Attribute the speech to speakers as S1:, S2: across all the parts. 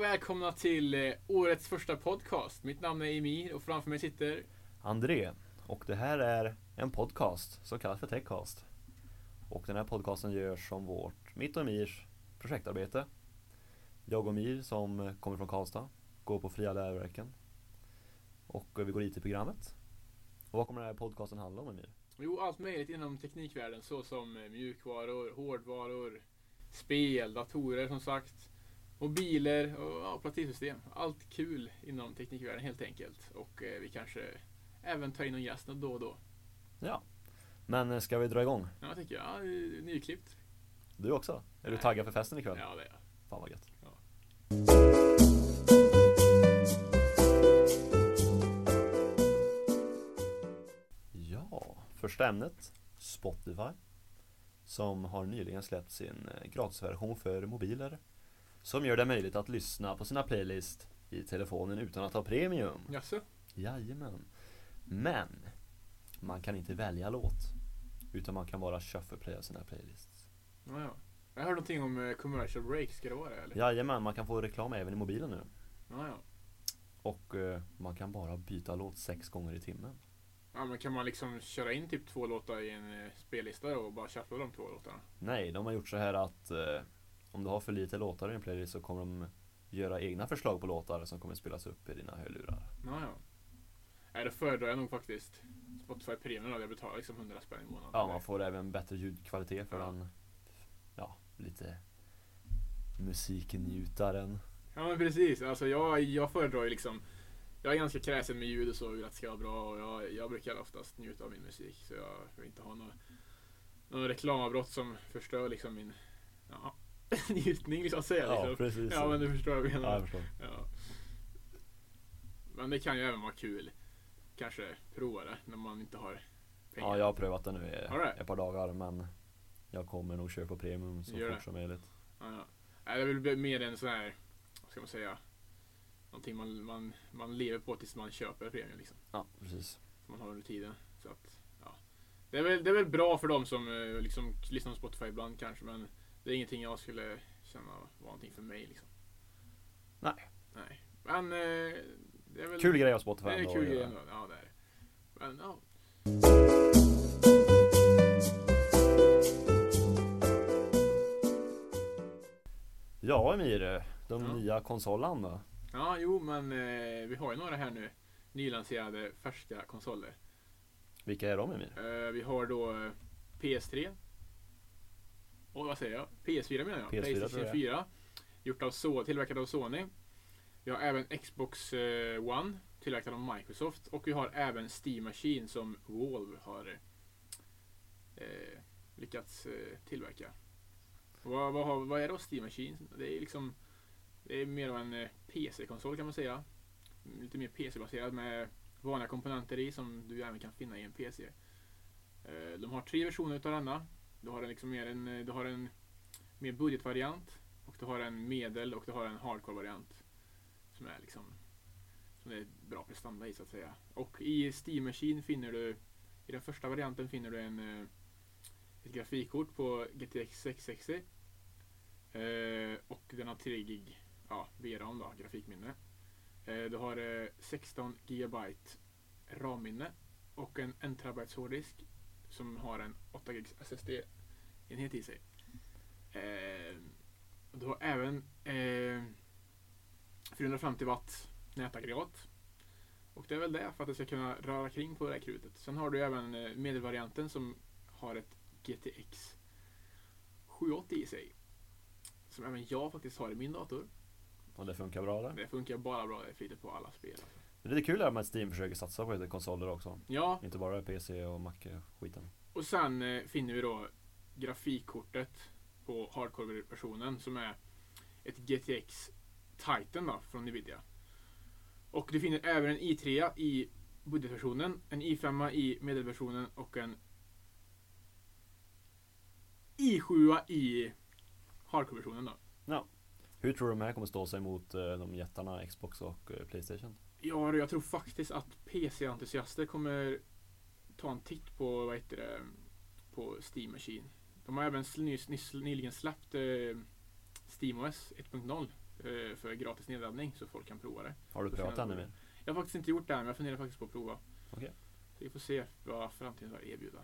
S1: välkomna till eh, årets första podcast. Mitt namn är Emir och framför mig sitter...
S2: André och det här är en podcast som kallas för Techcast. Och den här podcasten görs som vårt, mitt och Mirs projektarbete. Jag och Mir som kommer från Karlstad, går på Fria Läroverken och vi går IT-programmet. Och vad kommer den här podcasten handla om Emir?
S1: Jo, allt möjligt inom teknikvärlden såsom eh, mjukvaror, hårdvaror, spel, datorer som sagt, mobiler och ja, operativsystem. Allt kul inom teknikvärlden helt enkelt. Och eh, vi kanske även tar in någon gäst då och då.
S2: Ja, men eh, ska vi dra igång?
S1: Ja, jag tycker jag. Ja, det är nyklippt.
S2: Du också? Är du
S1: Nej.
S2: taggad för festen ikväll?
S1: Ja, det är jag.
S2: Fan vad gött.
S1: Ja.
S2: Ja, första ämnet Spotify som har nyligen släppt sin eh, gratisversion för mobiler som gör det möjligt att lyssna på sina playlist i telefonen utan att ha premium.
S1: Jaså?
S2: Jajamän. Men man kan inte välja låt utan man kan bara shuffleplaya sina playlists.
S1: Ja, ja. Jag hörde någonting om eh, commercial break, ska det vara det eller?
S2: Jajamän, man kan få reklam även i mobilen nu.
S1: Ja, ja.
S2: Och eh, man kan bara byta låt sex gånger i timmen.
S1: Ja, men kan man liksom köra in typ två låtar i en eh, spellista då och bara shuffla de två låtarna?
S2: Nej, de har gjort så här att eh, om du har för lite låtar i din playlist så kommer de göra egna förslag på låtar som kommer spelas upp i dina hörlurar.
S1: Ja, ja. Nej, det föredrar jag nog faktiskt. Spotify Premium då, jag betalar liksom 100 spänn i månaden.
S2: Ja, man får även bättre ljudkvalitet för
S1: Ja.
S2: den, ja, lite musiknjutaren.
S1: Ja, men precis. Alltså jag, jag föredrar ju liksom... Jag är ganska kräsen med ljud och så, vill att det ska vara bra och jag, jag brukar oftast njuta av min musik. Så jag vill inte ha några, några reklamavbrott som förstör liksom min ja, njutning, så att säga.
S2: Ja,
S1: liksom.
S2: precis.
S1: ja men du förstår vad jag menar.
S2: Ja, jag förstår.
S1: Ja. Men det kan ju även vara kul. Kanske prova det när man inte har pengar.
S2: Ja, jag har prövat det nu i
S1: Har du det?
S2: ett par dagar men jag kommer nog köra på premium så
S1: Gör det.
S2: fort som möjligt.
S1: Ja, ja. Nej, Det är väl mer en sån här, vad ska man säga, någonting man, man, man lever på tills man köper premium liksom.
S2: Ja, precis.
S1: Som man har under tiden. Så att, ja. det, är väl, det är väl bra för dem som eh, liksom, lyssnar på Spotify ibland kanske men det är ingenting jag skulle känna var någonting för mig liksom.
S2: Nej.
S1: Nej. Men eh, det är väl...
S2: Kul grej av Spotify
S1: Det är
S2: ändå
S1: en
S2: att
S1: kul grej
S2: göra.
S1: ändå. Ja, det är det. Men, ja.
S2: Ja Emir, de
S1: Ja.
S2: nya konsolerna då?
S1: ja, jo, men eh, vi har ju några här nu. Nylanserade färska konsoler.
S2: Vilka är de Emir?
S1: Eh, vi har då eh, PS3. Och vad säger jag? PS4 menar jag.
S2: PS4 tror
S1: Playstation
S2: jag.
S1: 4. Gjort av so tillverkad av Sony. Vi har även Xbox eh, One. Tillverkad av Microsoft. Och vi har även Steam Machine som Valve har eh, lyckats eh, tillverka. Och Vad, vad, har, vad är då Steam Machine? Det är liksom det är mer av en eh, PC-konsol kan man säga. Lite mer PC-baserad med vanliga komponenter i som du även kan finna i en PC. Eh, De har tre versioner utav denna. Du har en, liksom mer, en, eh, du har en mer budgetvariant, och du har en medel och du har en hardcore-variant. Som är liksom som det är bra prestanda i så att säga. Och i Steam Machine finner du, i den första varianten finner du en, eh, ett grafikkort på GTX 660. Eh, och den har 3 gig ja, VRAM då, grafikminne. Eh, du har eh, 16 GB RAM-minne och en 1 terabyte hårddisk som har en 8 GB SSD-enhet i sig. Eh, och du har även eh, 450 watt nätaggregat. Och det är väl det för att det ska kunna röra kring på det här krutet. Sen har du även eh, medelvarianten som har ett GTX 780 i sig. Som även jag faktiskt har i min dator.
S2: Och det funkar bra där?
S1: Det funkar bara bra, det flyter på alla spel.
S2: Det är lite kul det här med att Steam försöker satsa på lite konsoler också.
S1: Ja,
S2: Inte bara PC och Mac-skiten.
S1: Och sen eh, finner vi då grafikkortet på hardcore-versionen som är ett GTX Titan då, från Nvidia. Och du finner även en i3 i budgetversionen, en i5 i medelversionen och en i7 i hardcore-versionen då.
S2: Hur tror du de här kommer stå sig mot eh, de jättarna Xbox och eh, Playstation?
S1: Ja, du, jag tror faktiskt att PC-entusiaster kommer ta en titt på, vad heter det, på Steam Machine. De har även sl- nyss, nyss, nyligen släppt eh, SteamOS 1.0. eh, för gratis nedladdning så folk kan prova det.
S2: Har du
S1: Så
S2: prövat
S1: fina-
S2: den nu? mer?
S1: Jag har faktiskt inte gjort det än, men jag funderar faktiskt på att prova.
S2: Okej.
S1: Så vi får se vad framtiden har att erbjuda.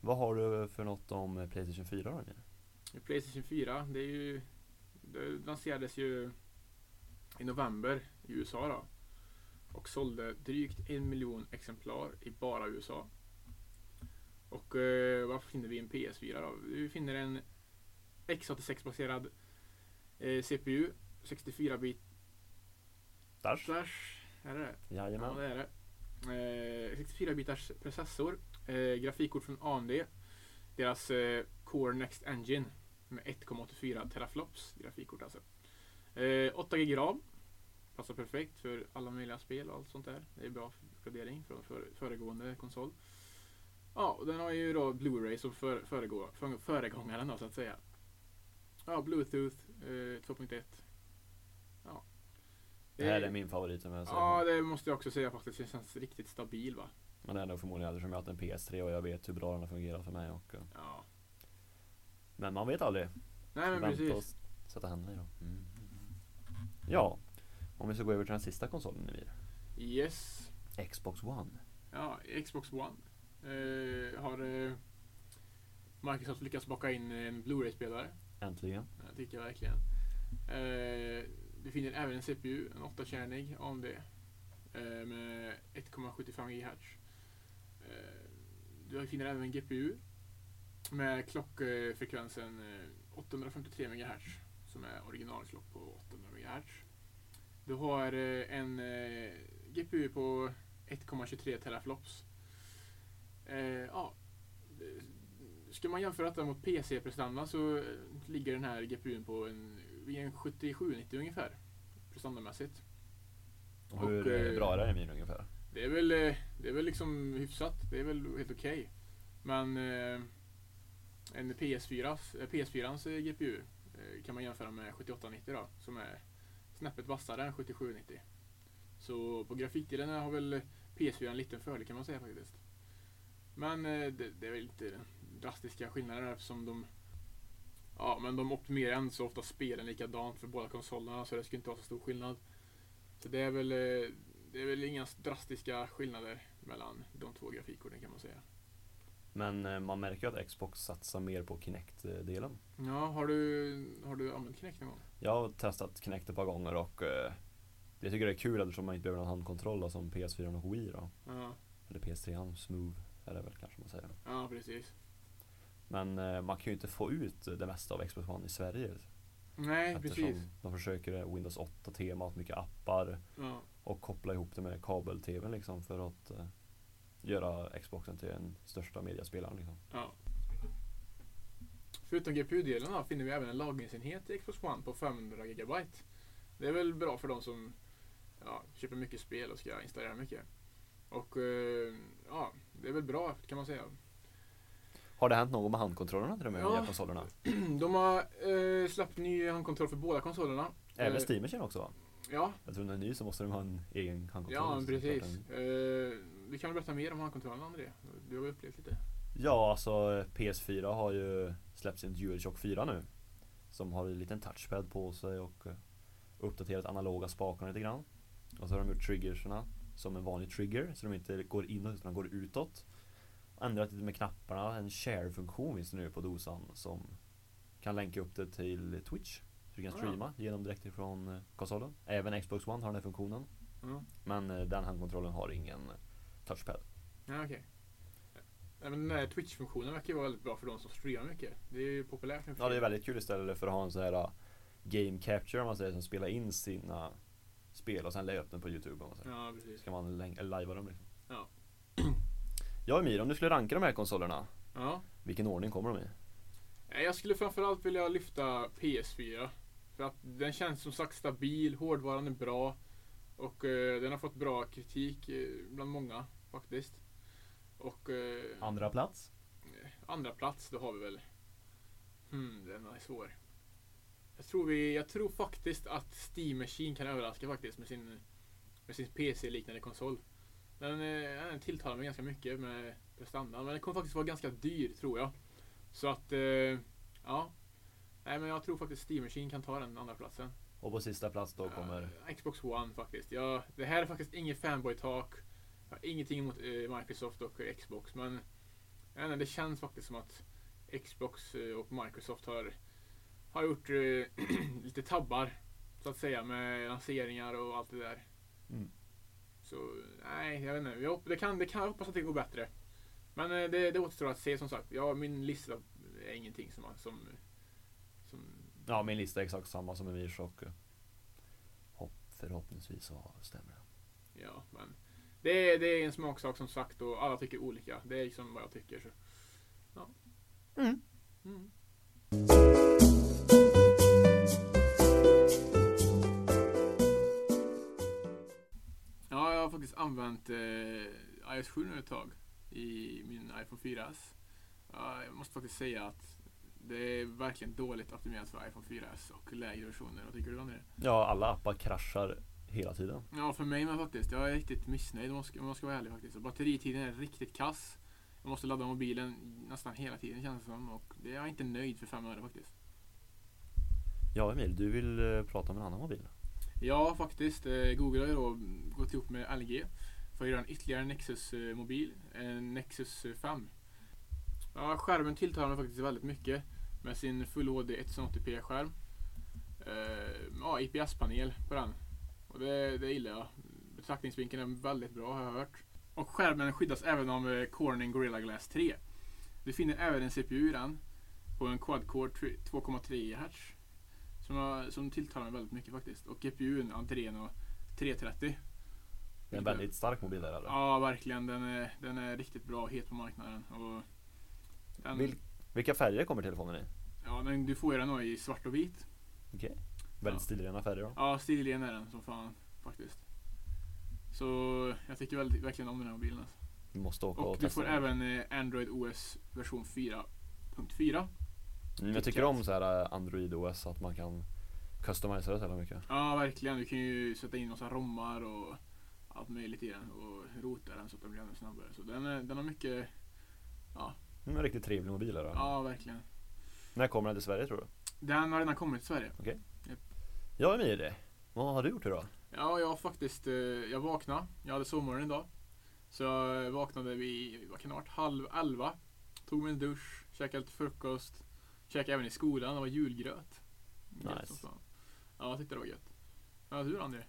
S2: Vad har du för något om eh, Playstation 4 då? Emil?
S1: Playstation 4, det är ju... Det lanserades ju i november i USA då. Och sålde drygt en miljon exemplar i bara USA. Och eh, var finner vi en PS4 då? Vi finner en X86-baserad eh, CPU, 64-bit
S2: Dash?
S1: flash. Är det det? Ja,
S2: Jajamän.
S1: det är det. Eh, 64-bitars processor. Eh, grafikkort från AMD. Deras eh, Core Next Engine med 1,84 teraflops grafikkort alltså. Eh, 8 GB RAM. Passar perfekt för alla möjliga spel och allt sånt där. Det är bra uppgradering från före- föregående konsol. Ja, och den har ju då Blu-ray som för, föregår, för, föregångaren då så att säga. Ja, Bluetooth eh, 2.1. Ja.
S2: Det här
S1: Det-
S2: är min favorit som jag
S1: Ja,
S2: säger.
S1: det måste jag också säga faktiskt. Den känns riktigt stabil va?
S2: Men det är nog förmodligen eftersom jag har haft en PS3 och jag vet hur bra den har fungerat för mig. Och, eh,
S1: Ja.
S2: men man vet aldrig.
S1: Nej men
S2: Vänta
S1: precis.
S2: oss sätta händerna i dem. Ja, om vi ska gå över till den sista konsolen Emil.
S1: Yes.
S2: Xbox One.
S1: Ja, Xbox One. Eh, har eh, Microsoft lyckats baka in en Blu-ray-spelare?
S2: Äntligen.
S1: Det tycker jag verkligen. Eh, vi finner även en CPU, en 8-kärnig AMD. Eh, med 1,75 GHz. Eh, du finner även en GPU. Med klockfrekvensen eh, 853 MHz. Som är originalklock på 800 MHz. Du har eh, en eh, GPU på 1,23 teraflops. Eh, ja. Ska man jämföra detta mot PC-prestanda så eh, ligger den här GPUn på en, vid en 77-90 ungefär. Prestandamässigt.
S2: Och
S1: Och,
S2: hur
S1: eh,
S2: eh, bra är den Emil ungefär?
S1: Det är väl, eh, det är väl liksom hyfsat. Det är väl helt okej. Men eh, en PS4, eh, PS4-ans eh, GPU eh, kan man jämföra med 7890 då, som är snäppet vassare än 7790. Så på grafikdelen har väl PS4 en liten fördel kan man säga faktiskt. Men eh, det, det är väl inte drastiska skillnader där eftersom de Ja, men de optimerar än så ofta spelen likadant för båda konsolerna så det skulle inte vara så stor skillnad. Så det är väl eh, det är väl inga drastiska skillnader mellan de två grafikkorten kan man säga.
S2: Men eh, man märker ju att Xbox satsar mer på Kinect-delen.
S1: Ja, har du, har du använt Kinect någon gång?
S2: Jag har testat Kinect ett par gånger och eh, jag tycker det är kul eftersom man inte behöver någon handkontroll då, som PS4 och Wii då.
S1: Ja,
S2: Eller PS3, Smooth är det väl kanske man säger.
S1: ja precis.
S2: Men eh, man kan ju inte få ut det mesta av Xbox One i Sverige.
S1: Nej, precis.
S2: de försöker eh, Windows 8-temat, mycket appar.
S1: Ja,
S2: och koppla ihop det med kabel-tvn liksom för att eh, göra Xboxen till den största mediaspelaren liksom.
S1: ja. Förutom GPU-delen då, finner vi även en lagringsenhet i Xbox One på 500 GB. Det är väl bra för de som ja, köper mycket spel och ska installera mycket. Och eh, ja, det är väl bra kan man säga.
S2: Har det hänt något med handkontrollerna till de här
S1: Ja.
S2: nya konsolerna?
S1: De har eh, släppt ny handkontroll för båda konsolerna.
S2: Även
S1: Eh,
S2: Steamersen också va?
S1: Ja,
S2: Jag tror när den är ny så måste den ha en egen handkontroll.
S1: Ja, men
S2: Så det är klart
S1: precis.
S2: den-
S1: Eh, vi kan väl berätta mer om handkontrollen, André? Du har väl upplevt lite?
S2: Ja, alltså eh, PS4 har ju släppt sin DualShock 4 nu. Som har en liten touchpad på sig och eh, uppdaterat analoga spakarna lite grann. Och så har de gjort triggerserna som en vanlig trigger, så de inte går inåt utan de går utåt. Ändrat lite med knapparna, en share-funktion finns det nu på dosan som kan länka upp det till Twitch. Så du kan
S1: Ah.
S2: streama genom direkt ifrån eh, konsolen. Även Xbox One har den här funktionen.
S1: Ja,
S2: Men eh, den handkontrollen har ingen eh, touchpad.
S1: ja okej. Nej, men Den här Twitch-funktionen verkar ju vara väldigt bra för de som streamar mycket. Det är ju populärt nu för
S2: Ja det är
S1: tiden.
S2: väldigt kul istället för att ha en sån här uh, game capture om man säger som spelar in sina spel och sen lägger upp den på youtube om man säger.
S1: Ja, precis.
S2: Ska man län- eller lajva dem liksom.
S1: Ja.
S2: Ja Emil, om du skulle ranka de här konsolerna,
S1: Ja.
S2: vilken ordning kommer de i?
S1: Nej, Jag skulle framförallt vilja lyfta PS4. För att den känns som sagt stabil, hårdvaran är bra. Och eh, den har fått bra kritik eh, bland många faktiskt. Och eh,
S2: Andra plats?
S1: Andra plats, då har vi väl... Hmm, den är svår. Jag tror, vi, jag tror faktiskt att Steam Machine kan överraska faktiskt med sin, med sin PC-liknande konsol. Den, eh, den tilltalar mig ganska mycket med prestandan, men den kommer faktiskt vara ganska dyr tror jag. Så att, eh, ja. Nej men jag tror faktiskt Steam Machine kan ta den andra platsen.
S2: Och på sista plats då kommer...
S1: Ja, Xbox One faktiskt. Ja, det här är faktiskt inget fanboy-tak. Jag har ingenting emot eh, Microsoft och eh, Xbox, men jag vet inte, det känns faktiskt som att Xbox eh, och Microsoft har, har gjort eh, lite tabbar, så att säga, med lanseringar och allt det där.
S2: Mm.
S1: Så nej, jag vet inte. Jag, hopp- det kan, det kan, jag hoppas att det går bättre. Men eh, det, det återstår att se som sagt. Ja, min lista är ingenting som... som, som
S2: Ja, min lista är exakt samma som Emirs och eh, hopp, förhoppningsvis så stämmer det.
S1: ja, men det, är- det är en smaksak som sagt och alla tycker olika. Det är liksom vad jag tycker. Så. Ja.
S2: Mm.
S1: Mm. Ja, jag har faktiskt använt eh, iOS 7 nu ett tag i min iPhone 4S. Ja, jag måste faktiskt säga att det är verkligen dåligt optimerat för iPhone 4S och lägre versioner. Vad tycker du om det?
S2: Ja, alla appar kraschar hela tiden.
S1: Ja, för mig med faktiskt. Jag är riktigt missnöjd om jag ska, om jag ska vara ärlig faktiskt. Och batteritiden är riktigt kass. Jag måste ladda mobilen nästan hela tiden känns det som. Och det är jag inte nöjd för fem öre faktiskt.
S2: Ja, Emil, du vill eh, prata om en annan mobil?
S1: Ja, faktiskt. eh, Google har ju då gått ihop med LG för att göra en ytterligare Nexus-mobil. En Nexus eh, 5. Ja, skärmen tilltalar mig faktiskt väldigt mycket med sin Full HD 1080p-skärm. Eh, Ja, IPS-panel på den. Och det, det gillar jag. Betraktningsvinkeln är väldigt bra har jag hört. Och skärmen skyddas även av eh, Corning Gorilla Glass 3. Du finner även en CPU i den på en quad-core 2,3 GHz. Som, jag, som tilltalar mig väldigt mycket faktiskt. Och GPUn Adreno 330.
S2: Det är en väldigt stark mobil där eller?
S1: Ja, verkligen. Den är, den är riktigt bra och het på marknaden. Och den,
S2: Vil- vilka färger kommer telefonen i?
S1: ja, den, du får ju den då i svart och vit.
S2: Okej. Väldigt
S1: Ja.
S2: stilrena färger då.
S1: Ja, stilren är den som fan faktiskt. Så jag tycker väldigt, verkligen om den här mobilen. Alltså.
S2: Vi måste åka och,
S1: Och du
S2: testa
S1: får
S2: den.
S1: även eh, Android OS version 4.4.
S2: Mm, jag tycker om så här eh, Android OS, att man kan customisera det så jävla mycket.
S1: Ja, verkligen. Du kan ju sätta in massa rommar och allt möjligt i den och rota den så att den blir ännu snabbare. Så den, är, den har mycket,
S2: Mm, en riktigt trevlig mobil är det.
S1: ja verkligen.
S2: När kommer den till Sverige tror du?
S1: Den har redan kommit till Sverige.
S2: Ja Emil, vad har du gjort idag?
S1: Ja, jag har faktiskt, eh, jag vaknade. Jag hade sovmorgon idag. Så jag vaknade vid, vad kan det ha varit, halv elva. Tog mig en dusch, käkade lite frukost. Käkade även i skolan, det var julgröt. Gött som
S2: Nice.
S1: fan. Ja, jag tyckte det var gött. Ja, du då André?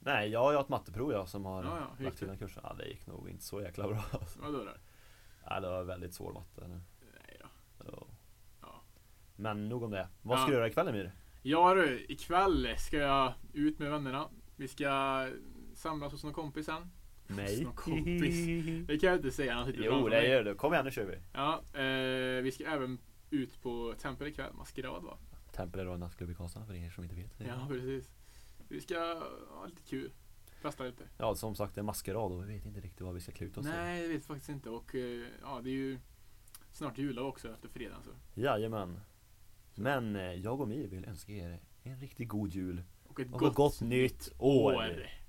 S2: Nej, jag har ju ett matteprov jag som har
S1: Ja, ja, hur gick
S2: lagt till
S1: det?
S2: den kursen. Ja, det gick nog inte så jäkla bra. alltså.
S1: Vadå då?
S2: Ja, det var väldigt svår matte. Nu.
S1: Nej då.
S2: Ja.
S1: Ja.
S2: Men nog om det. Vad
S1: Ja.
S2: ska du göra ikväll Emil?
S1: Ja du, ikväll ska jag ut med vännerna. Vi ska samlas hos någon kompis sen.
S2: Nej.
S1: Någon kompis. Det kan jag inte säga. Han sitter
S2: jo,
S1: framför
S2: det
S1: mig.
S2: gör du. Kom igen nu kör vi.
S1: Ja, eh, vi ska även ut på Tempel ikväll. Maskerad va?
S2: Tempel är då en nattklubb i Karlstad för er som inte vet.
S1: Ja, precis. Vi ska ha lite kul. Festa lite.
S2: Ja, som sagt det är maskerad och vi vet inte riktigt vad vi ska kluta oss
S1: Nej, det vet jag faktiskt inte. Och eh, ja, det är ju snart jullov också efter fredagen. Så.
S2: till. Jajamän. Men eh, jag och Mir vill önska er en riktigt god jul
S1: Och ett
S2: och ett gott nytt år.
S1: år.